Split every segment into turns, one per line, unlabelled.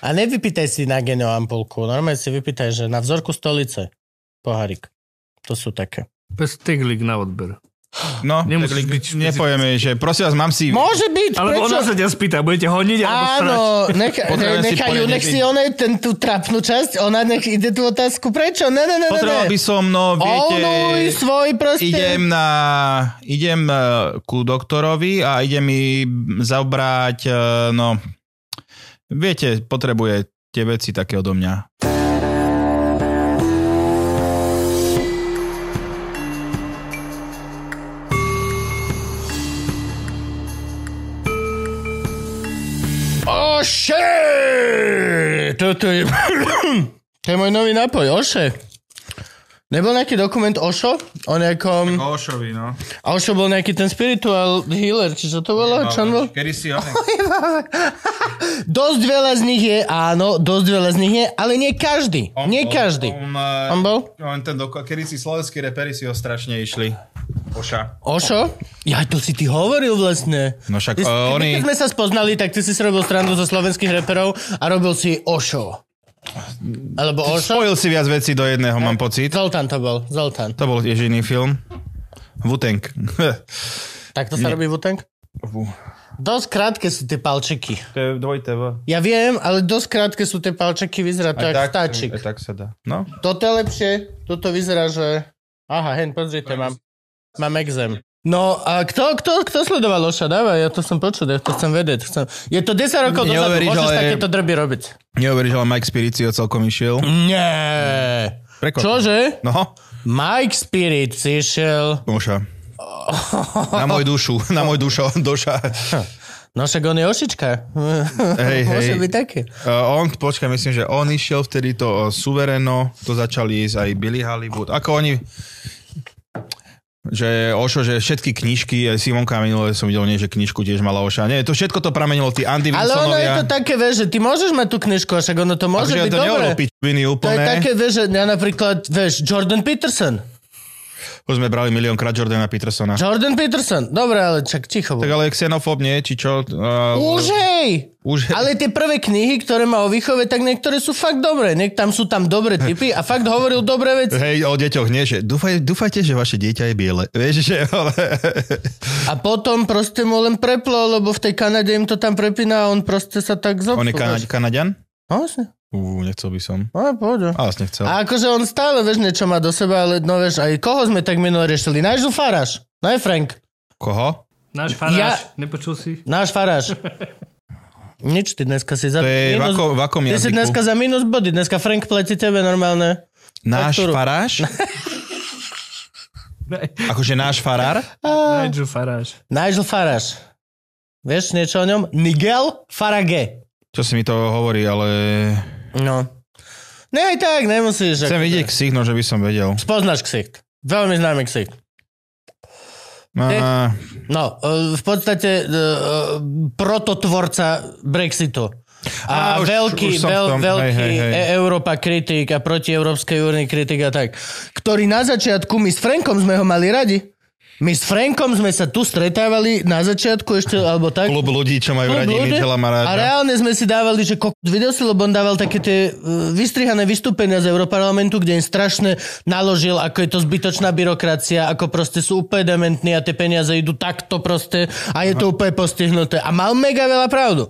A nevypýtaj si na genio ampulku, normálne si vypýtaj, že na vzorku stolice pohárik. To sú také.
Bez teglik na odber.
No,
Nemusíš
tak
byť
nepovieme, že prosím vás, mám si...
Môže byť,
Ale
prečo?
ona sa ťa spýta, budete honiť alebo strať?
Áno, nech,
Potrebujem
ne,
si
nechajú,
poriadne
nech si
byť.
ona ten, tú trapnú časť, ona nech ide tú otázku, prečo? Ne, ne, ne, ne, ne.
Potreboval by som, no viete...
Ovnuj svoj proste.
Idem, na, idem eh, ku doktorovi a ide mi zabrať, eh, no, viete, potrebuje tie veci také odo mňa.
Oše! Toto je... to je môj nový nápoj, Oše. Nebol nejaký dokument Ošo? O nejakom...
Ošovi, no.
A Ošo bol nejaký ten spiritual healer, či čo to bolo? Čo on bol?
Kedy si
Dosť veľa z nich je, áno, dosť veľa z nich je, ale nie každý. nie každý. On bol?
On eh, no, ten doko- kedy si slovenskí reperi si ho strašne išli. Oša.
Ošo? Ja to si ty hovoril vlastne.
No však,
Ty,
e,
uh, oni...
oni-
Keď sme sa spoznali, tak ty si si robil strandu zo slovenských reperov a robil si Ošo. Alebo Ošo?
Spojil si viac vecí do jedného, mám pocit.
Zoltán to bol, Zoltán.
To bol tiež iný film. Wu-Tang.
Tak to sa robí Wu-Tang? Dosť krátke sú tie palčeky.
To je dvojité e, V.
Ja viem, ale dosť krátke sú tie palčeky, vyzerá to jak stáčik.
aj tak sa dá. No.
Toto je lepšie, toto vyzerá, že... Aha, hen, pozrite, mám, mám exém. No a kto, kto, kto sledoval Oša? Dáva, ja to som počul, ja to chcem vedieť. Chcem... Je to 10 rokov dozadu,
Neuveríš,
môžeš
ale-
takéto drby robiť.
Neuveríš, ale Mike Spiricio celkom išiel.
Nie.
Prekvapil.
Čože?
No,
Mike Spirit si išiel...
Moša. Na môj dušu, na môj dušo, duša. E,
No však on je Ošička.
Hej, hej.
Môže byť také.
Uh, on, počkaj, myslím, že on išiel vtedy to uh, suvereno, to začali ísť aj Billy Hollywood. Ako oni, že Ošo, že všetky knižky, aj Simonka minule som videl, nie, že knižku tiež mala Oša. Nie, to všetko to pramenilo tí Andy
Ale ono je
Wilsonovia.
to také, vieš, že ty môžeš mať tú knižku, a však ono to môže
Akože
byť
to nebolo
dobré.
pičoviny
To je
úplné.
také, vieš, že ja napríklad, vieš, Jordan Peterson.
Už sme brali miliónkrát Jordana Petersona.
Jordan Peterson. Dobre, ale čak ticho.
Tak
bol.
ale xenofób nie, či čo? Uh,
Už hej!
už
Ale tie prvé knihy, ktoré má o výchove, tak niektoré sú fakt dobré. Niek tam sú tam dobré typy a fakt hovoril dobré veci.
Hej, o deťoch nie, že dúfaj, dúfajte, že vaše dieťa je biele. Vieš, že... Ale...
A potom proste mu len preplo, lebo v tej Kanade im to tam prepína a on proste sa tak zopsúvaš.
On je Kana- Kanaďan?
No, vlastne.
Ú, nechcel by som.
No, pôjde.
A vlastne chcel.
A akože on stále, vieš, niečo má do seba, ale no vieš, aj koho sme tak minulé riešili? Náš Faráš. No je Frank.
Koho?
Náš faráš,
Ja-
nepočul si?
Náš Faráš. Nič, ty dneska si za...
To je v
minus-
akom, v akom
Ty si
jazyku?
dneska za minus body, dneska Frank platí tebe normálne.
Náš
ktorú?
faráš? Akože náš farár?
Nigel Faráš.
Nigel Farage. Vieš niečo o ňom? Nigel Farage.
Čo si mi to hovorí, ale...
No. Ne, aj tak, nemusíš.
Chcem
ako-
vidieť ksichno, že by som vedel.
Spoznáš ksicht. Veľmi známy ksicht. Eh,
A,
No, e, v podstate e, e, prototvorca Brexitu. A,
Á, už-
veľký,
už som v
veľ,
tom.
veľký
Hej,
hej,
hej, hej.
Európa kritik a proti Európskej únii kritik a tak, ktorý na začiatku, my s Frankom sme ho mali radi. My s Frankom sme sa tu stretávali na začiatku ešte, alebo tak.
klub ľudí, čo majú radi
ľudia.
Nigela
no, A
Maráča.
reálne sme si dávali, že kokot video si, lebo on dával také tie e, vystrihané vystúpenia z Európarlamentu, kde im strašne naložil, ako je to zbytočná byrokracia, ako proste sú úplne dementní a tie peniaze idú takto proste a je to úplne postihnuté. A mal mega veľa pravdu.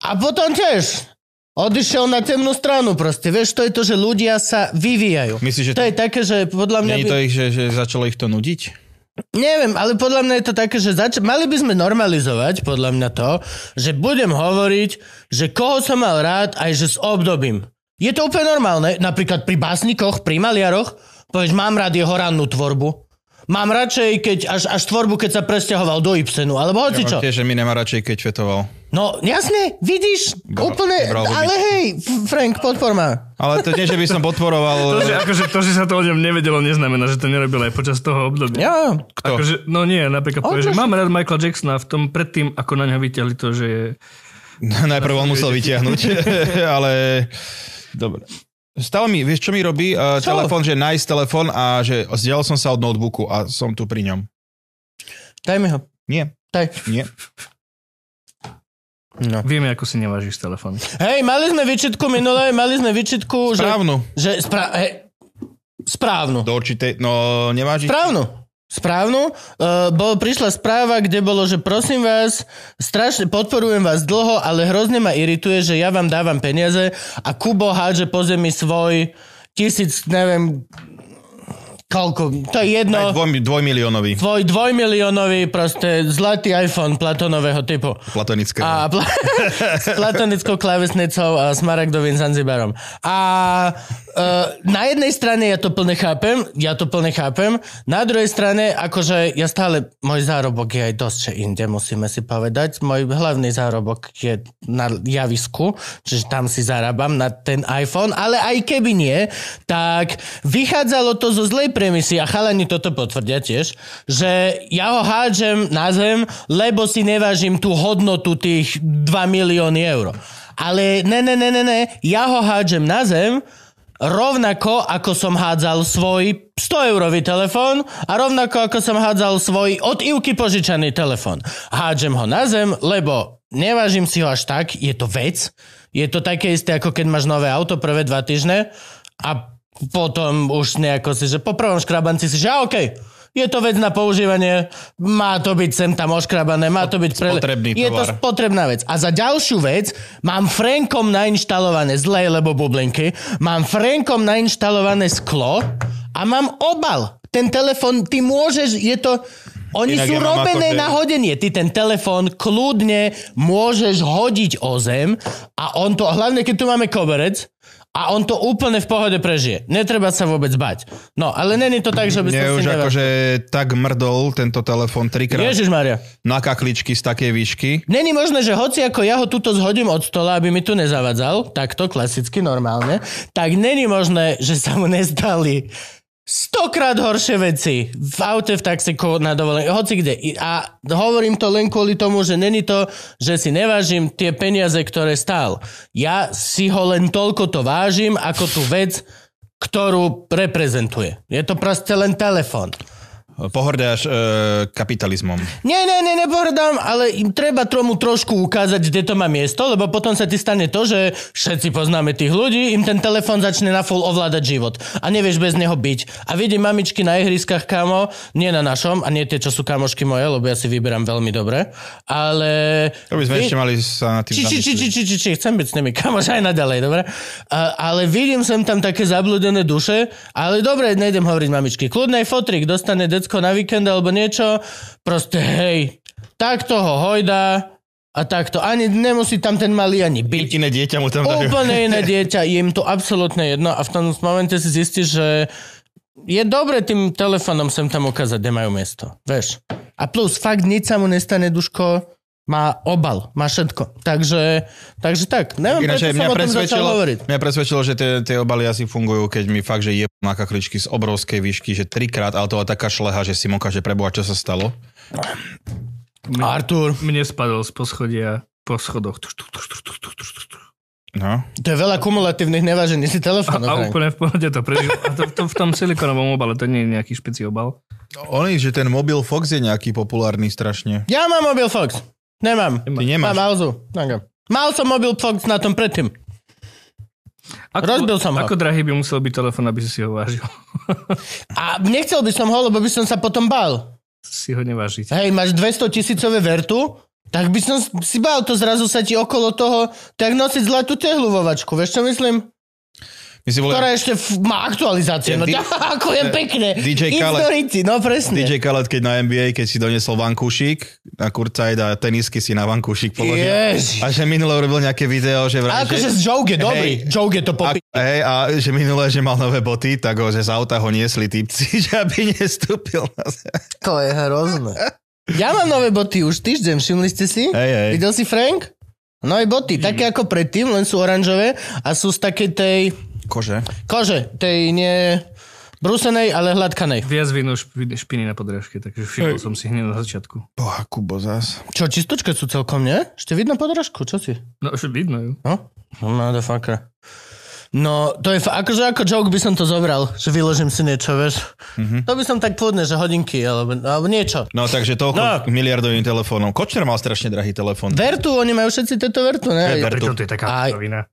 A potom tiež odišiel na temnú stranu proste. Vieš, to je to, že ľudia sa vyvíjajú.
Myslíš, že
to je také, že podľa mňa...
Není
by-
to ich, že, že začalo ich to nudiť?
Neviem, ale podľa mňa je to také, že zač- mali by sme normalizovať, podľa mňa to, že budem hovoriť, že koho som mal rád, aj že s obdobím. Je to úplne normálne, napríklad pri básnikoch, pri maliaroch, povieš, mám rád jeho rannú tvorbu. Mám radšej, keď až, až tvorbu, keď sa presťahoval do Ibsenu, alebo hoci čo.
Tiež, že mi nemá radšej, keď fetoval.
No, jasne, vidíš,
Bro-
úplne,
bro-
ale hej, F- Frank, podpor ma.
Ale to nie, že by som
To,
podporoval...
že, akože, to, že sa to o ňom nevedelo, neznamená, že to nerobil aj počas toho obdobia.
Ja,
To.
Akože, no nie, napríklad
On
povie,
čo-
že mám rád Michaela Jacksona v tom predtým, ako na ňa vyťahli to, že je...
Najprv on musel vytiahnuť, ale... Dobre. Stále mi, vieš, čo mi robí uh,
Čo?
telefón, že nájsť telefón a že zdial som sa od notebooku a som tu pri ňom.
daj mi ho.
Nie,
Daj.
nie. No.
Vieme, ako si nevážiš telefón.
Hej, mali sme výčitku minulé, mali sme výčitku,
Správnu.
že... že spra- hej, správnu.
Do určitej... No, nevážiš...
Správnu. Správnu. Uh, bol, prišla správa, kde bolo, že prosím vás, strašne podporujem vás dlho, ale hrozne ma irituje, že ja vám dávam peniaze a Kubo hádže po zemi svoj tisíc, neviem, koľko, to je jedno,
Aj dvoj, dvojmiliónový.
tvoj dvojmiliónový proste zlatý iPhone platonového typu.
Platonické.
A pl- s platonickou klávesnicou a smaragdovým Zanzibarom. A e, na jednej strane ja to plne chápem, ja to plne chápem, na druhej strane, akože ja stále, môj zárobok je aj dosť že inde, musíme si povedať. Môj hlavný zárobok je na javisku, čiže tam si zarábam na ten iPhone, ale aj keby nie, tak vychádzalo to zo zlej premisy a chalani toto potvrdia tiež, že ja ho hádžem na zem, lebo si nevážim tú hodnotu tých 2 milióny eur. Ale ne, ne, ne, ne, ne, ja ho hádžem na zem, rovnako ako som hádzal svoj 100 eurový telefón a rovnako ako som hádzal svoj od Ivky požičaný telefón. Hádžem ho na zem, lebo nevážim si ho až tak, je to vec, je to také isté ako keď máš nové auto prvé dva týždne a potom už nejako si, že po prvom škrabanci si, že a okej, je to vec na používanie, má to byť sem tam oškrabané, má to byť prele-
Spotrebný
Je to
tovar.
potrebná vec. A za ďalšiu vec mám Frankom nainštalované zle, lebo bublinky, mám Frankom nainštalované sklo a mám obal. Ten telefon, ty môžeš, je to... Oni
Inak
sú
ja mám
robené
akože-
na hodenie. Ty ten telefon kľudne môžeš hodiť o zem a on to, hlavne keď tu máme koberec, a on to úplne v pohode prežije. Netreba sa vôbec bať. No, ale není to tak, že by som
Mne
si
už
never...
akože tak mrdol tento telefon trikrát Ježi.
Ježiš Maria.
na kakličky z takej výšky.
Není možné, že hoci ako ja ho tuto zhodím od stola, aby mi tu nezavadzal, takto klasicky, normálne, tak není možné, že sa mu nestali stokrát horšie veci v aute, v taxiku, na dovolenke, hoci kde. I- A hovorím to len kvôli tomu, že není to, že si nevážim tie peniaze, ktoré stál. Ja si ho len toľko to vážim, ako tú vec, ktorú reprezentuje. Je to proste len telefón.
Pohrdáš e, kapitalizmom.
Nie, nie, nie, nepohrdám, ale im treba tomu trošku ukázať, kde to má miesto, lebo potom sa ti stane to, že všetci poznáme tých ľudí, im ten telefón začne na full ovládať život a nevieš bez neho byť. A vidím mamičky na ihriskách, kamo, nie na našom a nie tie, čo sú kamošky moje, lebo ja si vyberám veľmi dobre, ale...
To by sme
Vy-
ešte mali sa na tým
či, či, či, či,
zamyslieť.
či, či, či, chcem byť s nimi kamoš aj naďalej, dobre? A, ale vidím sem tam také zablúdené duše, ale dobre, nejdem hovoriť mamičky. Kľudný fotrik, dostane decko na víkend alebo niečo, proste hej, takto ho hojda a takto. Ani nemusí tam ten malý ani byť.
Iné dieťa mu tam dajú.
Úplne iné dieťa, je im to absolútne jedno a v tom momente si zistíš, že je dobre tým telefónom sem tam ukázať, kde majú miesto. Vieš. A plus, fakt nič sa mu nestane, Duško, má obal, má všetko. Takže, takže tak, neviem,
Ináč
prečo som
aj mňa
o tom začal
presvedčilo,
hovoriť.
mňa presvedčilo, že tie, tie obaly asi fungujú, keď mi fakt, že je na kakličky z obrovskej výšky, že trikrát, ale to je taká šleha, že si mokáže prebohať, čo sa stalo.
Artur,
Mne spadol z poschodia po schodoch. Tuš, tuš, tuš, tuš, tuš, tuš, tuš, tuš.
No.
to je veľa kumulatívnych nevážených si
A,
telefónov.
a
Frank.
úplne v pohode to prežil. A to, to, v tom silikonovom obale, to nie je nejaký špeci obal.
No, Oni, že ten mobil Fox je nejaký populárny strašne.
Ja mám mobil Fox. Nemám.
Ty
Mám
nemáš.
Alzu. Nemám. Mal som mobil Fox na tom predtým.
Ako,
Rozbil som ho.
Ako drahý by musel byť telefon, aby si si ho vážil?
A nechcel by som ho, lebo by som sa potom bál.
si ho nevážiť.
hej, máš 200 tisícové vertu, tak by som si bál to zrazu sa ti okolo toho, tak nosiť zlatú tehlu vo vačku, vieš čo myslím?
My si volali,
Ktorá ešte f- má aktualizáciu, no
Ten di-
ďakujem pekne. It's
DJ Khaled.
the Ritzy, No presne.
DJ Khaled, keď na NBA, keď si donesol vankúšik na kurcajt a tenisky si na vankúšik položil.
Ježiš.
A že minulé urobil nejaké video, že
A
vraj,
akože z Joge, dobrý. Joge to
A,
popí.
hej, a že minulé, že mal nové boty, tak ho, že z auta ho niesli typci, že aby nestúpil na zem.
To je hrozné. Ja mám nové boty už týždeň, všimli ste si?
Hej, hej. Mm.
Videl si Frank? Nové boty, také ako predtým, len sú oranžové a sú z takej tej
Kože?
kože, tej nie brúsenej, ale hladkanej.
Viac vinu šp- špiny na podrážke, takže všimol som si hneď na začiatku.
Boha, Kubo, zás.
Čo, čistočke sú celkom, nie? Ešte vidno podrážku, čo si?
No, už vidno ju.
No? Motherfucker. No, to je, fa- akože ako joke by som to zobral, že vyložím si niečo, vieš.
Mhm.
To by som tak pôvodne, že hodinky, alebo, alebo niečo.
No takže toľko
No.
no. miliardovým telefónom. Kočner mal strašne drahý telefón.
Vertu, oni majú všetci tieto vertu,
Hej,
ne?
Vertu.
Preto to je taká
Aj.
novina.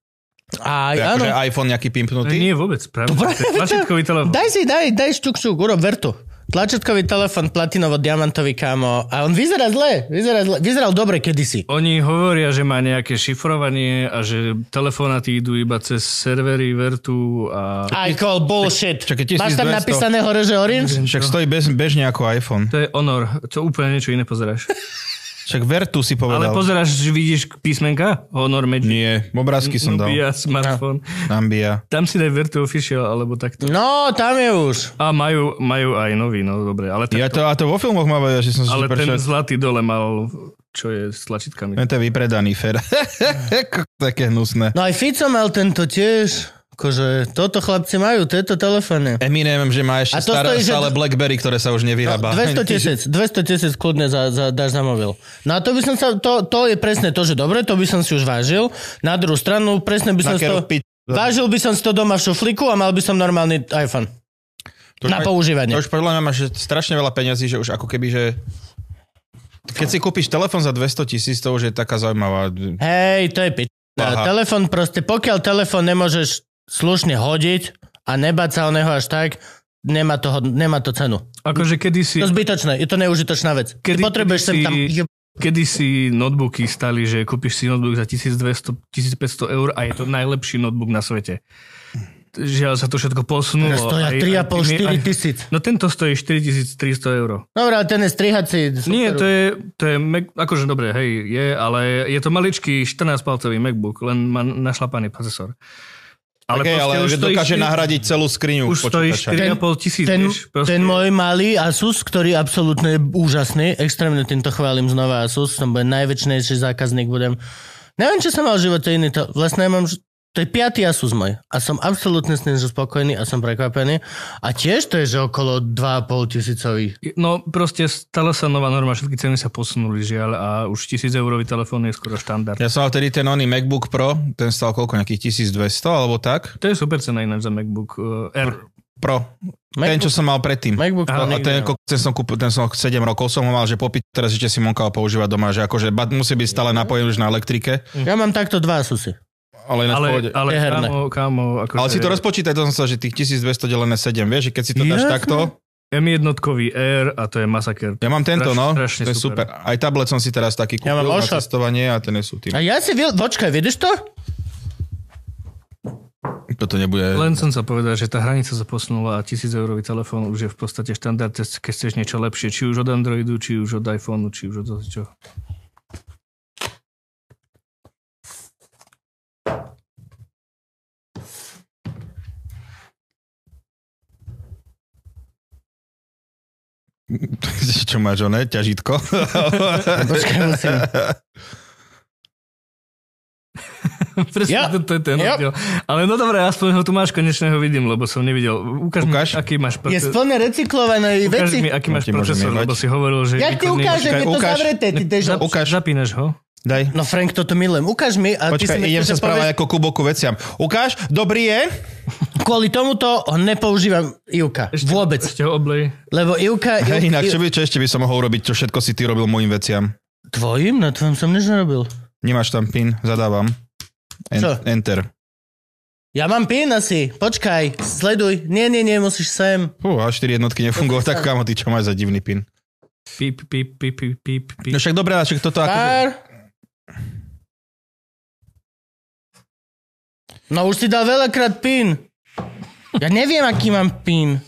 Aj,
To je
áno.
akože iPhone nejaký pimpnutý.
No, Nie vôbec, pravda.
Dobre.
To je Tlačítkový telefón.
No, Daj si, daj, daj šťuk, šťuk, urob vertu. Tlačetkový telefon, platinovo-diamantový kámo. A on vyzerá zle, vyzerá zle. Vyzeral dobre kedysi.
Oni hovoria, že má nejaké šifrovanie a že telefonáty idú iba cez servery Vertu a...
I call bullshit.
Čakaj,
Máš tam
1200.
napísané hore, že orange?
Však stojí bez, bežne ako iPhone.
To je honor, to úplne niečo iné pozeráš.
Však Vertu si
Ale
povedal.
pozeráš, že vidíš písmenka? Honor Magic.
Nie, obrázky som dal.
Nubia, smartphone.
Nambia.
Tam si daj Vertu Official alebo takto.
No, tam je už.
A majú, majú aj nový, no dobre. Ale ten,
Ja to, a to vo filmoch ma vedia, že som si
ale ten
prečo...
zlatý dole mal, čo je s tlačítkami.
To je vypredaný fer. Také hnusné.
No aj Fico mal tento tiež. Akože, toto chlapci majú, tieto telefóny.
Eminem, že má ešte
A to
staré,
stojí, že-
stále Blackberry, ktoré sa už nevyrába.
200 tisíc, 200 tisíc kľudne za, za, dáš za mobil. No a to by som sa, to, to je presne to, že dobre, to by som si už vážil. Na druhú stranu, presne by
Na
som si to...
keru piť.
Vážil by som si to doma v šuflíku a mal by som normálny iPhone.
To už
na
má-
používanie.
To už podľa mňa máš strašne veľa peňazí, že už ako keby, že... Keď si kúpiš telefón za 200 tisíc, to už je taká zaujímavá...
Hej, to je pič.
Aha.
Telefón proste, pokiaľ telefón nemôžeš slušne hodiť a nebať sa o neho až tak, nemá to, hod- nemá to cenu.
Akože kedysi...
To je zbytočné, je to neužitočná vec. Kedy,
Kedy-
Potrebuješ
kedy
sem
si-
tam... Je,
Kedy si notebooky stali, že kúpiš si notebook za 1200, 1500 eur a je to najlepší notebook na svete. Žiaľ sa to všetko posunulo.
stoja
No, Aj- aj tými-
3,5-4
aj-
tisíc.
No tento stojí 4300 eur.
Dobre, ale ten je strihací. Super.
Nie, to je, to je Mac, akože dobre, hej, je, ale je to maličký 14-palcový MacBook, len má našlapaný procesor.
Ale, okay,
proste
ale že
stojí
dokáže
štyri-
nahradiť celú skriňu
Už stojí
počítača.
4,5 tisíc,
ten,
vieš, proste.
ten môj malý Asus, ktorý absolútne je úžasný, extrémne týmto chválim znova Asus, som bude najväčšnejší zákazník, budem... Neviem, čo som mal v živote iný, to vlastne ja mám... ž- To je piatý Asus môj a som absolútne s ním že spokojný a som prekvapený. A tiež to je, že okolo 2,5 tisícový.
No proste stala sa nová norma, všetky ceny sa posunuli, žiaľ, a už 1000 eurový telefón je skoro štandard.
Ja som mal vtedy ten oný MacBook Pro, ten stal koľko, nejakých 1200 alebo tak?
To je super cena ináč za MacBook eh, Air.
Pro. Ten, čo som mal predtým.
MacBook
Aha,
Pro.
A
niekde,
ten,
no.
ko- ten, som kúpil, ten som 7 rokov som ho mal, že popít teraz ešte si monkal používať doma, že akože bat, musí byť stále napojený už na elektrike,
Ja mám takto dva Asusy.
ale na
Ale, akože-
ale, ale,
ale
Je herné.
kámo, kámo, akože
ale si to rozpočítaj, to som sa, že tých 1200 delené 7, vieš, že keď si to dáš
Jasné.
takto,
M1 Air a to je masaker.
ja mám tento,
Straš-
no,
strašne
to je
super.
super. Aj tablet som si teraz taký kúpil
Ja mám
na
Oshop.
cestovanie a ten je sú tým.
A ja si... Vil... Počkaj, vidíš to?
Toto nebude...
Len som sa povedal, že tá hranica sa posunula a 1000 eurový telefón už je v podstate štandard, keď chceš niečo lepšie, či už od Androidu, či už od iPhoneu, či už od čo.
Čo máš, one? Ťažítko?
Počkaj, musím.
Presne,
Ja.
to, to je ten
Ja.
rozdiel. Ale no dobré, aspoň ho tu máš, konečne ho vidím, lebo som nevidel. Ukáž,
Ukáž.
mi, aký máš
Je
proces-
plné recyklovanej
ukáž
veci.
mi, aký
No,
máš
ti môžem
procesor,
jebať.
lebo si hovoril, že...
Ja ti
výkonný-
ukážem,
Počkaj,
je to
ukáž.
zavreté, ty dežo.
Zap-
ukáž.
Zapínaš ho?
Daj.
No Frank, toto milujem. Ukáž mi a ty si
Počkaj,
mi
idem
chceš
sa správať ako kuboku veciam. Ukáž, dobrý je.
Kvôli tomuto ho nepoužívam Ivka. Vôbec.
Ešte ho oblej.
Lebo Ivka...
Hej, inak, čo,
Iv-
by, čo ešte by som mohol robiť, čo všetko si ty robil mojim veciam?
Tvojim? Na tvojom som nič nerobil.
Nemáš tam pin, zadávam. En-
Čo?
Enter.
Ja mám pin asi. Počkaj, sleduj. Nie, nie, nie, musíš sem.
Fú, a 4 jednotky nefungovalo. Tak kamo, ty čo máš za divný pin?
Píp, píp, píp, píp, píp, píp.
No však dobré, ale však toto ako...
Pár. No už si dal veľakrát pin. Ja neviem, aký mám pin.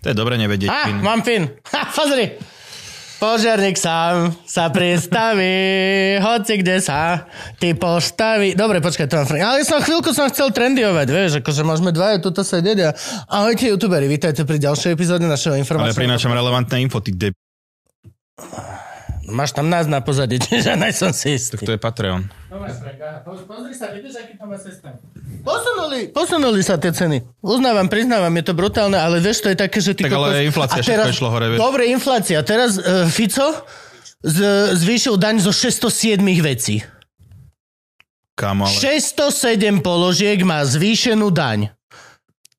To je dobre nevedieť
Á,
pin.
mám pin. Ha, pozri. Požiarník sám sa pristaví, hoci kde sa ty postaví. Dobre, počkaj, to mám Frank. Ale som chvíľku som chcel trendiovať, vieš, akože môžeme dvaja tuto sedieť a ahojte youtuberi, vítajte pri ďalšej epizóde našeho
Ale
informačného.
prinášam relevantné info, ty de...
Máš tam nás na pozadí, čiže naj som si istý.
To je Patreon.
Pozri sa, vidíš, aký to má systém. Posunuli, posunuli sa tie ceny. Uznávam, priznávam, je to brutálne, ale vieš, to je také, že ty...
Tak ale
A
inflácia, všetko išlo hore, vieš.
Dobre, inflácia. Teraz uh, e, Fico z, zvýšil daň zo 607 vecí.
Kamo, ale...
607 položiek má zvýšenú daň.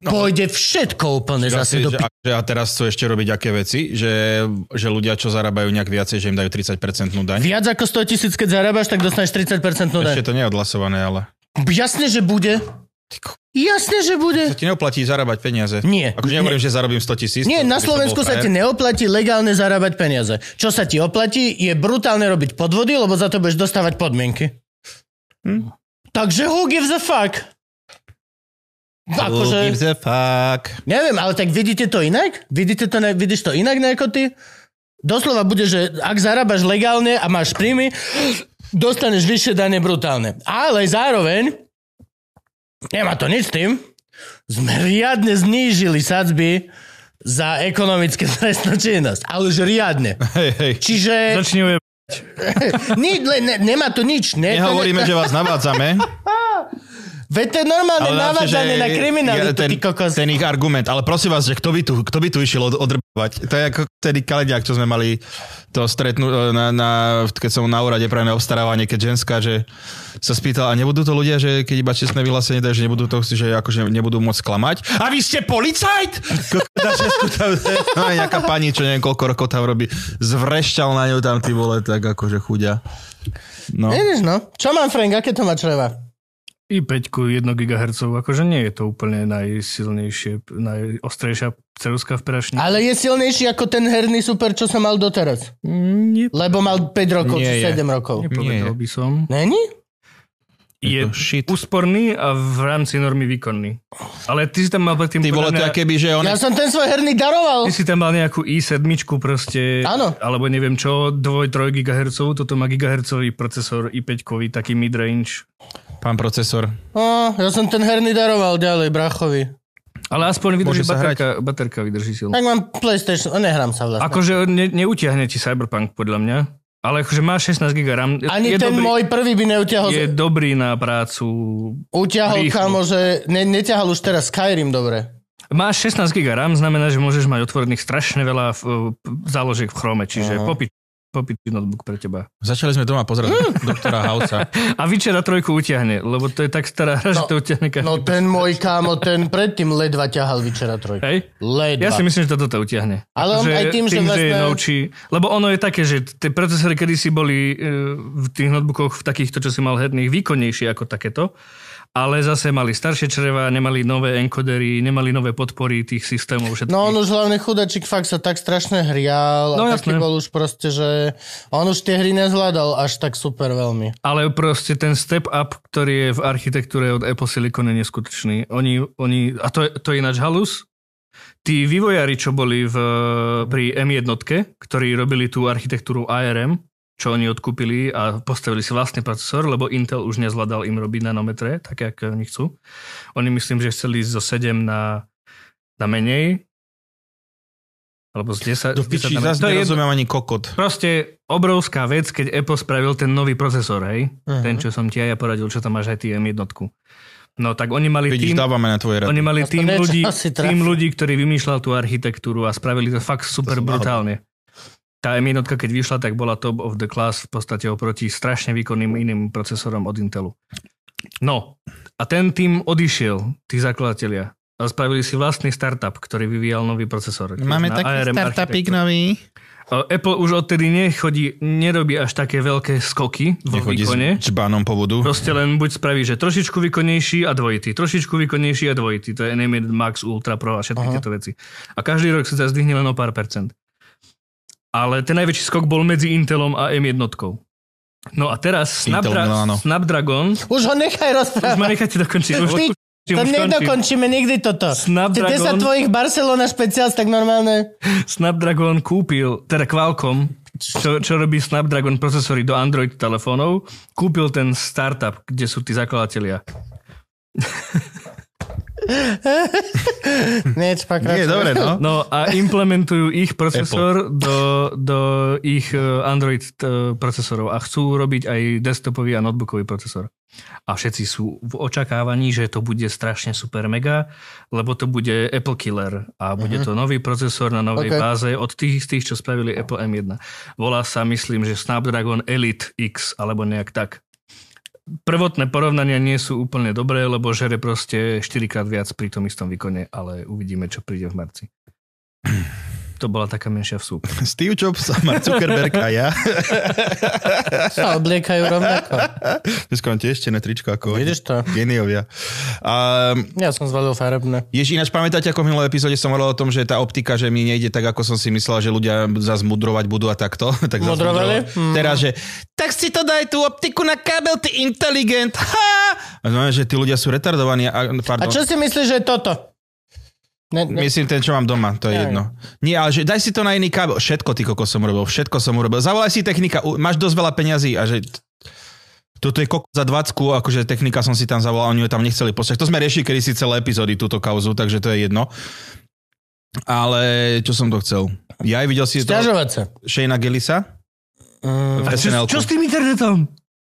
Pôjde všetko úplne
No. Že
zase
asi,
do
že,
pi...
a- že a teraz chcú ešte robiť aké veci, že, že ľudia, čo zarábajú nejak viacej, že im dajú 30% daň.
Viac ako 100 tisíc, keď zarábaš, tak dostaneš 30% daň.
Ešte to nie je odhlasované, ale
Jasne, že bude. Jasne, že
sa
bude.
ti neoplatí zarábať peniaze.
Nie.
Akože nehovorím, že zarobím 100 tisíc.
Nie,
to by
na
som
Slovensku
bol
sa ti
frajer.
neoplatí legálne zarábať peniaze. Čo sa ti oplatí, je brutálne robiť podvody, lebo za to budeš dostávať podmienky.
Hm.
Takže who gives a fuck?
Who gives
Akože,
a fuck.
neviem, ale tak vidíte to inak? Vidíte to, ne, vidíš to inak ne, ako ty? Doslova bude, že ak zarábaš legálne a máš príjmy, dostaneš vyššie dane brutálne. Ale zároveň, nemá to nič s tým, sme riadne znížili sadzby za ekonomické trestnú činnosť. Ale už riadne.
Hej, hej.
Čiže
Začni uje...
ni, le, ne, nemá to nič. Ne? to,
Nehovoríme,
ne,
že vás navádzame.
Veď to je normálne
Ale lepšie, že
navádzanie na kriminalitu,
ten,
ty kokos.
ten ich argument. Ale prosím vás, že kto by tu, kto by tu išiel od, odrbovať? To je ako vtedy kalediak, čo sme mali to stretnú, e, na, na, keď som na úrade pre obstarávanie, keď ženská, že sa spýtala, a nebudú to ľudia, že keď iba čestné vyhlásenie dajú, že nebudú to, že akože nebudú môcť klamať? A vy ste policajt? Kokos, na Česku tam- No je nejaká pani, čo neviem koľko rokov tam robí, zvrešťal na ňu tam ty vole, tak akože chudia. No.
Vidíš, no. Čo mám, Frank, aké to má čreva?
i5 1 GHz, akože nie je to úplne najsilnejšie, najostrejšia ceruzka v prašni.
Ale je silnejší ako ten herný super, čo som mal doteraz.
Nie,
Lebo mal 5 rokov,
Nie
či
je.
7 rokov.
nepovedal
nie.
by som.
Není?
Je
to shit.
úsporný a v rámci normy výkonný. Ale ty si tam mal predtým...
Ty
podľa
vole, to
mňa-
je keby, že on
Ja som ten svoj herný daroval.
Ty si tam mal nejakú i7 proste,
Oh. Áno.
alebo neviem čo, 2-3 GHz, toto má gigahercový procesor i5, taký midrange.
Pán procesor.
Á, ja som ten herný daroval ďalej, brachovi.
Ale aspoň vydrží
Môže sa
baterka, baterka vydrží silno.
Tak mám PlayStation, a nehrám sa vlastne.
Akože ne, neutiahne ti Cyberpunk podľa mňa, ale akože má 16 GB RAM. Je-
Ani
je
ten
dobrý,
môj prvý by neutiahol.
Je dobrý na prácu.
Uťahol,
rýchlo.
kamo, že ne, neťahal už teraz Skyrim, dobre.
Máš 16 GB RAM, znamená, že môžeš mať otvorených strašne veľa v, záložiek v Chrome, čiže
Aha.
popič popič notebook pre teba.
Začali sme doma pozerať
Mm.
doktora Hausa.
A Witcher na trojku utiahne, lebo to je tak stará hra, že to utiahne každý.
No ten môj kámo, ten predtým ledva ťahal Vyčera trojku.
Hej?
Ledva.
Ja si myslím, že to toto utiahne.
Ale on
že,
aj tým, že
je
vlastne-
novší, lebo ono je také, že tie procesory kedysi boli e, v tých notebookoch v takýchto, čo si mal herných, výkonnejšie ako takéto, ale zase mali staršie čreva, nemali nové enkodery, nemali nové podpory tých systémov. Všetkých.
No on už hlavne chudačik fakt sa tak strašne hrial
No,
a taký
jasné.
bol už proste, že on už tie hry nezvládal až tak super veľmi.
Ale proste ten step up, ktorý je v architektúre od Apple Silicon je neskutočný. Oni, oni, a to, je- to je ináč halus, tí vývojári, čo boli v, pri M1, ktorí robili tú architektúru ARM, čo oni odkúpili a postavili si vlastný procesor, lebo Intel už nezvládal im robiť nanometre, tak jak oni chcú. Oni myslím, že chceli ísť zo 7 na, na menej, alebo z 10.
Do
z 10
piči,
na menej.
zase
To je jedno.
nerozumiem ani kokot.
Proste obrovská vec, keď Apple spravil ten nový procesor, hej?
Mhm.
Uh-huh. Ten, čo som ti aj ja poradil, čo tam máš aj ty M1. No tak oni mali
Vidíš,
tým,
dávame na tvoje rady.
oni
Ja
mali
som
tým,
niečo
ľudí,
asi trafil.
tým ľudí, ktorí vymýšľal tú architektúru a spravili to fakt super
som
brutálne. Tá M1, keď vyšla, tak bola top of the class v podstate oproti strašne výkonným iným procesorom od Intelu. No, a ten tým odišiel, tí zakladatelia. A spravili si vlastný startup, ktorý vyvíjal nový procesor. Na ARM architektúre.
no.
nový.
Apple už odtedy nechodí, nerobí až také veľké skoky vo
Nechodí
výkone.
s čbánom po vodu.
Proste len buď spraví, že trošičku výkonnejší a dvojitý, trošičku výkonnejší a dvojitý. To je NM1 Max, Ultra Pro a všetky
Aha.
tieto veci. A každý rok sa to zdvihne len o pár percent. Ale ten najväčší skok bol medzi Intelom a M1. No a teraz
Intel Milano.
Snapdra- Snapdragon...
Už ho nechaj
Už ma
rozprávať.
necháte dokončiť. Už,
Ty- To
už, už končím.
nedokončíme nikdy toto. 10
Snapdragon.
tvojich Barcelona špeciál, tak normálne.
Snapdragon kúpil, teda Qualcomm, čo, čo robí Snapdragon procesory do Android telefónov, kúpil ten startup, kde sú tí zakladatelia.
Nieč,
Nie, dobre, no.
No a implementujú ich procesor do, do ich eh, Android eh, procesorov a chcú robiť aj desktopový a notebookový procesor. A všetci sú v očakávaní, že to bude strašne super mega, lebo to bude Apple killer a bude to nový procesor na novej
Mhm. Ok.
báze od tých istých, čo spravili Apple M1. Volá sa, myslím, že Snapdragon Elite X alebo nejak tak. prvotné porovnania nie sú úplne dobré, lebo žere proste 4 krát viac pri tom istom výkone, ale uvidíme, čo príde v marci. To bola taká menšia vsúpa.
Steve Jobs, Mark Zuckerberg a ja.
Sa obliekajú rovnako.
Dneska mám tiež černé tričko ako oni.
Vidíš to?
Geniovia. A
Ja som zvalil farebné.
Jež ináč pamätáte, ako v minulej epizóde som hovoril o tom, že tá optika, že mi nejde tak, ako som si myslel, že ľudia zás mudrovať budú a takto. Tak zás
Mudrovali? Mm.
mudrovali. Teraz, že tak si to daj tú optiku na kábel, ty inteligent. Ha! A znamená, že tí ľudia sú retardovaní.
A
A, pardon.
čo si myslíš, že je toto? Ne, ne,
Myslím ten, čo mám doma, to je
Ja.
jedno. Nie, ale že daj si to na iný kábel. Všetko ty kokos som urobil, všetko som urobil. Zavolaj si technika, u- máš dosť veľa peňazí a že toto je kokos za 20, akože technika som si tam zavolal, oni ju tam nechceli poslať. To sme riešili kedysi celé epizódy túto kauzu, takže to je jedno. Ale čo som to chcel? Ja aj videl si to
Sťažovať sa.
Shayna Gillisa
Mm.
v
A čo,
SNL.
čo s tým internetom?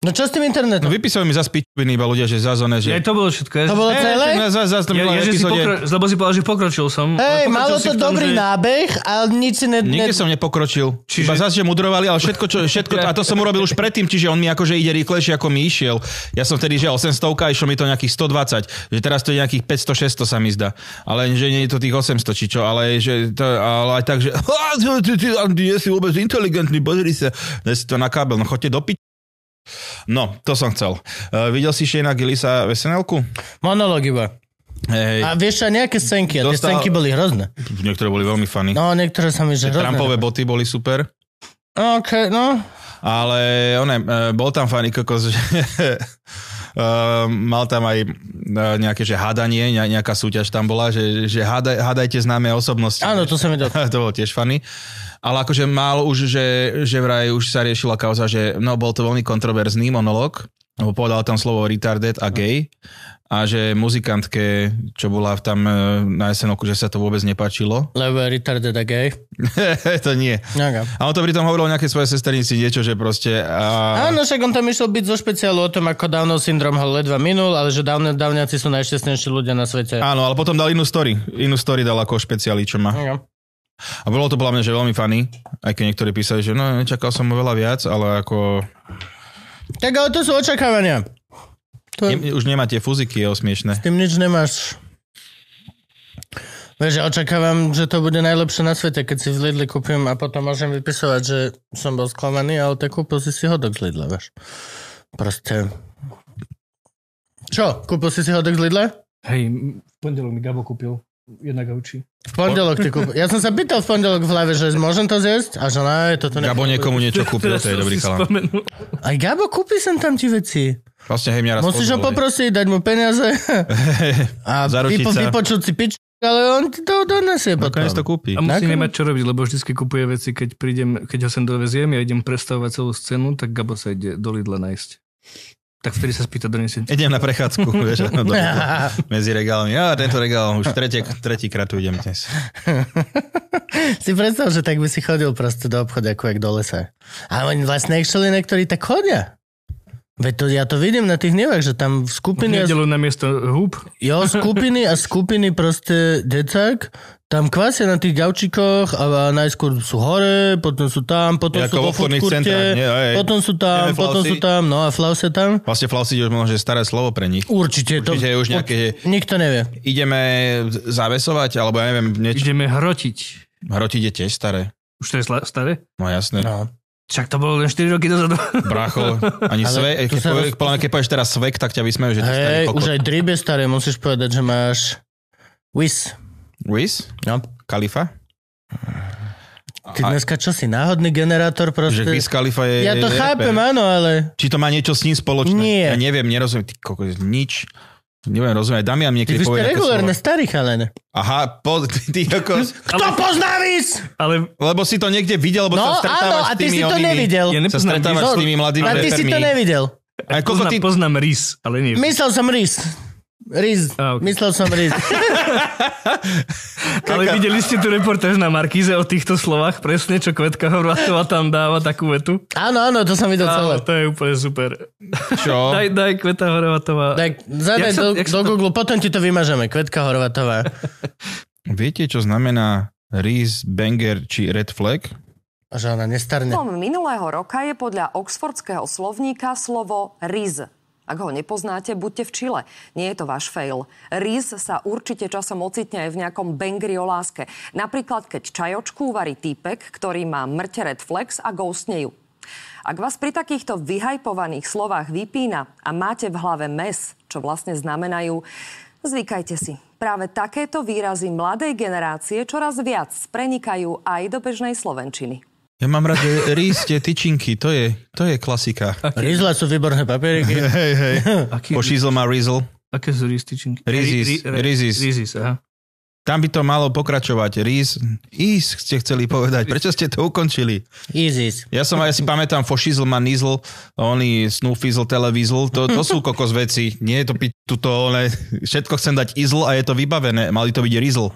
No čo s tým
No
internetom?
vypísali mi zase pičoviny iba ľudia, že zazone,
Že...
že...
Aj to bolo všetko. Ja,
To bolo
Eh,
celé?
že za- za- za-
ja, ja, že si
epizóde-
pokro... Lebo si povedal, že pokročil som.
Hej,
ale pokročil
malo to
si v tom,
dobrý
že...
nábeh, ale nič si ne... ne...
Nikde som nepokročil.
Čiže-
Čiže... Iba zase, že mudrovali, ale všetko, čo, všetko, a to som urobil už predtým, čiže on mi akože ide rýchlejšie, ako mi išiel. Ja som vtedy žiel 800 a išlo mi to nejakých 120, že teraz to je nejakých 500-600 sa mi zdá. Ale že nie je to tých 800 či čo, ale, že to, ale aj tak, že "Ha, ty, ty, ty, ty nie si vôbec inteligentný, pozri sa. Daj si to na kábel, no chodte do pič. No, to som chcel. Uh, videl si Shayna Gillisa v SNL-ku?
Monolog iba.
Hej,
A vieš čo, nejaké scénky, a tie
Dostal-
scénky boli hrozné.
niektoré boli veľmi funny.
No,
No,
niektoré sa mi že hrozné.
Trumpové boty boli super.
OK, no.
Ale oné, e, bol tam fajný kokos, že e, mal tam aj e, nejaké, že hádanie, ne- nejaká súťaž tam bola, že, že hádaj, hádajte známe osobnosti.
Áno, to sa mi do...
to bolo tiež funny. Ale akože mal už, že, že vraj už sa riešila kauza, že no bol to veľmi kontroverzný monolog, lebo povedal tam slovo retarded a gay a že muzikantke, čo bola tam e, na SNOku, že sa to vôbec nepáčilo.
Lebo je retarded a gay.
to nie.
Nejaká.
A on to pritom hovoril o nejakej svojej sesternici niečo, že proste... A...
Áno, však on tam išiel byť zo špeciálu o tom, ako Downov syndrom ho ledva minul, ale že Down, Downiaci sú najšťastnejší ľudia na svete.
Áno, ale potom dal inú story. Inú story dal ako špeciáli, čo má.
Ja.
A bolo to podľa mňa, že veľmi funny. Aj keď niektorí písali, že no, nečakal som oveľa viac, ale ako...
Tak ale to sú očakávania. To...
Ne, už nemá tie fuziky, je osmiešné.
Tým nič nemáš. Vieš, ja očakávam, že to bude najlepšie na svete, keď si v Lidli kúpim a potom môžem vypisovať, že som bol sklamaný, ale tak kúpil si si hodok z Lidla, vieš. Proste... Čo? Kúpil si si hodok z Lidla?
Hej, v pondelok mi Gabo kúpil jedna gauči.
V pondelok ty kúpil. Ja som sa pýtal v pondelok v hlave, že môžem to zjesť? A že ne, toto ne.
Gabo niekomu niečo kúpil, to je dobrý chalán.
Aj Gabo, kúpi sem tam ti veci.
Vlastne hej, mňa raz
Musíš ho
pozvali.
poprosiť, dať mu peniaze a
Zaručiť
vypo,
sa.
vypočuť si pič, ale on ti to donesie potom.
Nakoniec to kúpi.
A musí
Nakoniec-
nemať čo robiť, lebo vždycky kupuje veci, keď, prídem, keď ho sem doveziem, ja idem prestavovať celú scénu, tak Gabo sa ide do Lidla nájsť. Tak vtedy sa spýta, donesiem ti.
Idem na prechádzku, vieš, no, dobre, medzi regálmi. Ja, tento regál, už tretie, tretíkrát tu idem dnes.
Si predstav, že tak by si chodil proste do obchodu, ako jak do lesa. A oni vlastne actually niektorí tak chodia. Veď to, ja to vidím na tých nevách, že tam v
V
skupiny, a,
nedelu na miesto húb.
jo, skupiny a skupiny proste decák, tam kvasia na tých ďavčíkoch a, a najskôr sú hore, potom sú tam, potom sú
Je ako vo
vo
obchodných
foodkurte,
centrách, nie? Hej.
potom sú tam,
Neviem,
potom sú
flausy.
tam, no a flausia tam.
Vlastne flausiť už možno, že staré slovo pre nich.
Určite, to,
Určite je už nejaké, že
nikto nevie.
ideme zavesovať, alebo ja neviem, niečo.
Ideme hrotiť.
Hrotiť je tiež staré.
Už to je sla- staré?
No jasné.
No.
Však to bolo len 4 roky dozadu.
Bracho, ani
Ale
svek,
tu
keď,
sa
povie,
roz-
podľa mňa, keď povieš teraz svek, tak ťa vysmejú, že ty starý
Hej,
kokot.
už aj drib je staré, musíš povedať, že máš whiz.
Wiz?
No.
Kalifa?
Ty dneska čo si, náhodný generátor
Že
proste?
Wiz Kalifa je...
Ja to
je
chápem,
rapper.
áno, ale...
Či to má niečo s ním spoločné?
Nie.
Ja neviem, nerozumiem. Ty kokos, nič. Neviem, rozumiem. Damian
Ty
niekedy
vy ste
povie nejaké
regulárne
slovo.
starí chalene.
Aha, po, ty, ty kokos.
Kto pozná víc?
Ale
Lebo si to niekde videl, lebo
No
sa
áno,
stretávaš
a
s
ty
tými
si to
onými.
nevidel.
ja
Sa
nepoznám
stretávaš
rys.
s tými mladými
A ty si to
repermi.
nevidel.
Aj koko
Poznám,
ty...
poznám rys, ale nie.
Myslel som rys. Riz.
A, Ah, ok.
Myslel som riz.
Ale videli ste tu reportáž na Markíze o týchto slovách, presne čo Kvetka Horvátová tam dáva takú vetu.
Áno, áno, to som videl celé. No.
Áno, Ah, to je úplne super.
Čo?
Daj, daj Kveta Horvátová.
Tak zadaj
Jak sa-
do,
jak sa
do Google, potom ti to vymažeme. Kvetka Horvatová.
Viete, čo znamená Reese, Banger či Red Flag?
A
No,
že ona nestarne.
Koncom minulého roka je podľa oxfordského slovníka slovo riz Ak ho nepoznáte, buďte v Čile. Nie je to váš fail. Riz sa určite časom ocitne aj v nejakom bangri o láske. Napríklad, keď čajočku uvarí týpek, ktorý má mŕte red flex a ghostne ju. Ak vás pri takýchto vyhajpovaných slovách vypína a máte v hlave mes, čo vlastne znamenajú, zvykajte si. Práve takéto výrazy mladej generácie čoraz viac prenikajú aj do bežnej Slovenčiny.
Ja mám rád že rýs, tie tyčinky, to je, to je klasika.
Rizla sú výborné papieriky.
Hej, hej.
Aký,
Pošízl má rizl.
aké sú rističinky?
Rizis,
Ri- ri-
rizis.
Rizis, aha.
Tam by to malo pokračovať. Riz, is ste chceli povedať. Prečo ste to ukončili?
Easy.
Ja som aj si pamätám Fošizl, Manizl, oný Snufizl, Televizl, to, to sú kokos veci. Nie je to piť tuto, ale všetko chcem dať izl a je to vybavené. Mali to byť rizl.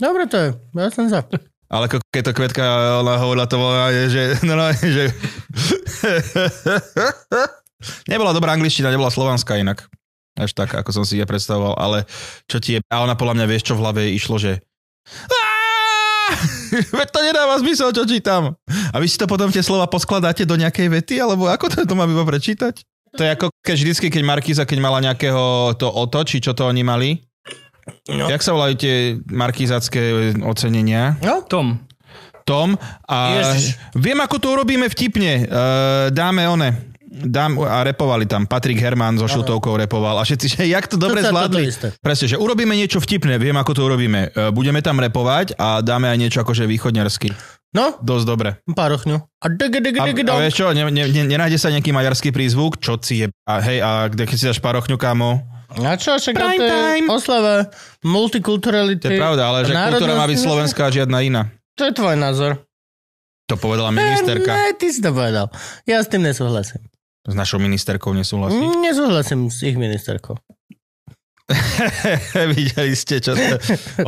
Dobre to je, ja som za.
Ale ko- keď to kvetka ona hovorila, to bola, že... No, no, že... nebola dobrá angličtina, nebola slovanská inak. Až tak, ako som si ja predstavoval, ale čo ti je... A ona podľa mňa vieš, čo v hlave jej išlo, že... Veď to nedáva zmysel, čo čítam. A vy si to potom tie slova poskladáte do nejakej vety, alebo ako to, to mám iba prečítať? To je ako keď vždycky, keď Markíza, keď mala nejakého to oto, či čo to oni mali.
No.
Jak sa volajú tie markizácké ocenenia?
No,
Tom,
Tom a
Ježiš.
viem, ako to urobíme vtipne. Uh, dáme one. Dám, a repovali tam. Patrik Herman so šutovkou repoval. A všetci, že jak to dobre
To sa- toto
zvládli.
isté.
Presne, že urobíme niečo vtipné. Viem, ako to urobíme. Uh, budeme tam repovať a dáme aj niečo akože východňarsky.
no,
Dosť dobre.
párochňu. A dig, dig,
A,
dig,
a
dong.
vieš čo, ne, ne, ne, nenájde sa nejaký maďarský prízvuk? Čo si je... A hej, a kde keď si dáš parochňu, kámo?
A čo, však
Prime
to je
time.
oslava
To
multikulturality.
je pravda, ale že kultúra má byť
národnosti.
slovenská a žiadna iná.
To je tvoj názor.
To povedala ministerka.
Ne, ty si to povedal. Ja s tým nesúhlasím.
S našou ministerkou nesúhlasí.
Mm, Nesúhlasím s ich ministerkou.
Videli ste, čo to...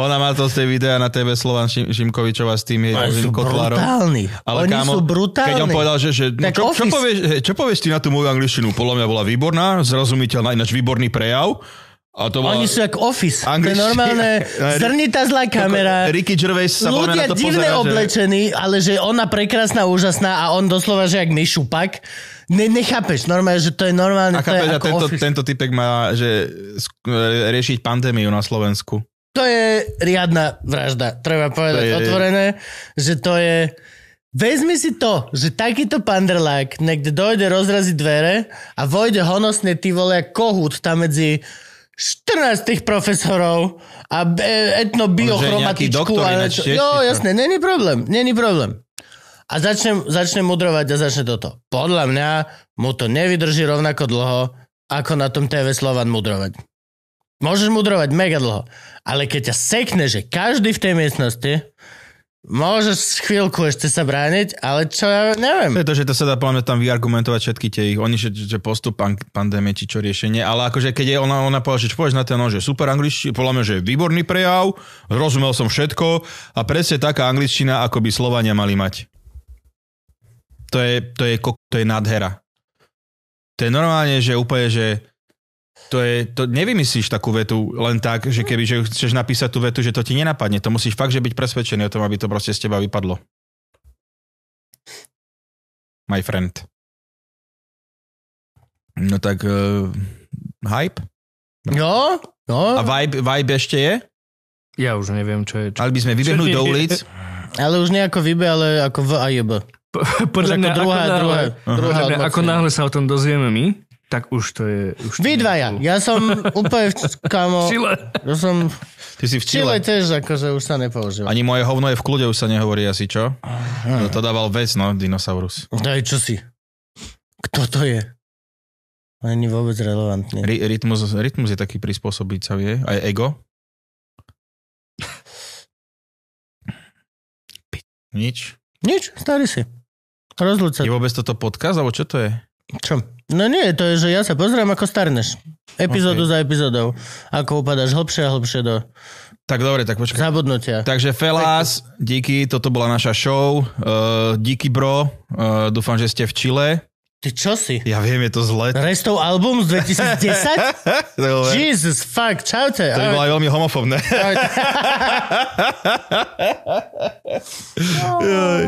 Ona má to z tej videa na TV Slovan Šim- Šimkovičová s tým jej
Oni sú
Jozim Kotlárom.
brutálni.
Ale
Oni
kámo,
sú brutálni.
Keď on povedal, že, že no,
Tak
čo, čo,
Office.
povieš, hej, čo povieš ty na tú moju angličtinu? Podľa mňa bola výborná, zrozumiteľná, ináč výborný prejav. A to bola...
Oni sú jak office. To je
Angličtina.
normálne zrnitá zlá kamera.
Ricky Gervais sa podľa mňa
Ľudia
na to
divne
pozerá, že...
oblečení, ale že ona prekrásna, úžasná a on doslova, že jak myšupak. Ne, nechápeš, normálne, že to je normálne,
A
to je
chápeš, a
ako
tento,
office.
tento typek má že, sk- riešiť pandémiu na Slovensku.
To je riadna vražda, treba povedať
To je-
otvorené, že to je... Vezmi si to, že takýto pandrlák niekde dojde rozraziť dvere a vojde honosne ty vole jak kohút tam medzi 14 tých profesorov a
nejaký
etnobiochromatičku.
doktor
A
ináč
čo,
tiež,
jo,
ty to-
jasné, není problém, není problém. A začne, začne mudrovať a začne toto. Podľa mňa mu to nevydrží rovnako dlho, ako na tom TV Slovan mudrovať. Môžeš mudrovať mega dlho, ale keď ťa sekne, že každý v tej miestnosti, môžeš chvíľku ešte sa brániť, ale čo ja neviem.
Pretože to sa dá podľa mňa tam vyargumentovať všetky tie ich, oni, že, že postup pan- pandémie či čo riešenie, ale akože keď je ona, ona povedala, že čo povieš na ten, že super angličtina, podľa mňa, že je výborný prejav, rozumel som všetko a presne taká angličtina, ako by Slovania mali mať. To je, to je, ko- to je nádhera. To je normálne, že úplne, že to je, to nevymyslíš takú vetu len tak, že keby že chceš napísať tú vetu, že to ti nenapadne. To musíš fakt, že byť presvedčený o tom, aby to proste z teba vypadlo. My friend. No tak uh, hype?
No.
Jo,
A
no,
vibe, vibe ešte je?
ja už neviem, čo je. Čo.
Ale by sme vybehnúť do ulic.
ale už nie ako vybe, ale ako v a jebe. Už
Podľa
ako
mňa,
druhá,
ako náhle,
druhá, druhá
podľa mňa, ako
odmocnenie.
náhle sa o tom dozvieme my, tak už to je... Už to
Vy
je-
dvaja, ja som úplne v kamo,
Čile.
ja som
Ty si v
v
Chile.
Chile tiež akože už sa nepoužíva.
Ani moje hovno je v kľude, už sa nehovorí asi, čo? No, to dával vec, no, dinosaurus.
Daj, čo si? Kto to je? Ani vôbec relevantný.
Ry- rytmus, rytmus je taký prispôsobiť sa, vie? Aj ego? Pi- Nič.
Nič, starý si. Rozľúč sa.
Je vôbec toto podcast, alebo čo to je?
Čo? No nie, to je, že ja sa pozriem, ako starneš. Epizódu okay. za
Okej.
epizódou. Ako upadáš hlbšie a hlbšie do
Tak dobre, tak počkaj.
zabudnutia.
Takže fellas, díky, toto bola naša show. Uh, díky bro, uh, dúfam, že ste v Chile.
Ty čo si?
Ja viem, je to zle.
Restov album z 2010?
To je veľmi-
Jesus, fuck, čaute.
To by bolo aj veľmi homofobné. Joj.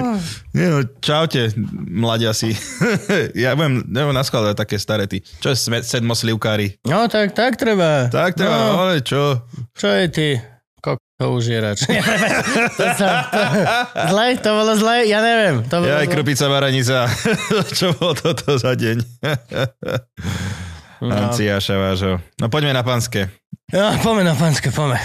Nie no, čaute, mladiasi. ja budem, nebudem naskladať také staré ty. Čo je sme- sedmoslivkári?
No tak, tak treba.
Tak to
No,
no. ale čo?
čo je ty? Kokto užierač. to sa, to, zle, to bolo zle, ja neviem. To bolo
Ja aj
zle.
krpica varanica. čo bolo toto za deň? No. Anciáša vášho. No poďme na panské.
No, poďme na pánske, poďme.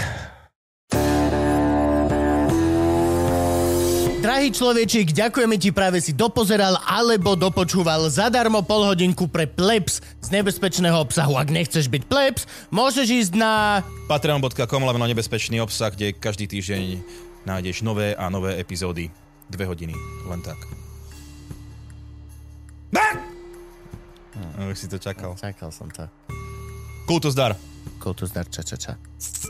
Drahý človečik, ďakujeme ti, práve si dopozeral alebo dopočúval zadarmo pol hodinku pre plebs z nebezpečného obsahu. Ak nechceš byť plebs, môžeš ísť na...
Patreon.com lomeno nebezpečný obsah, kde každý týždeň nájdeš nové a nové epizódy. Dve hodiny, len tak.
Už si to čakal.
Hm,
Čakal som to.
Kultus dar.
Kultus dar, ča, ča, ča.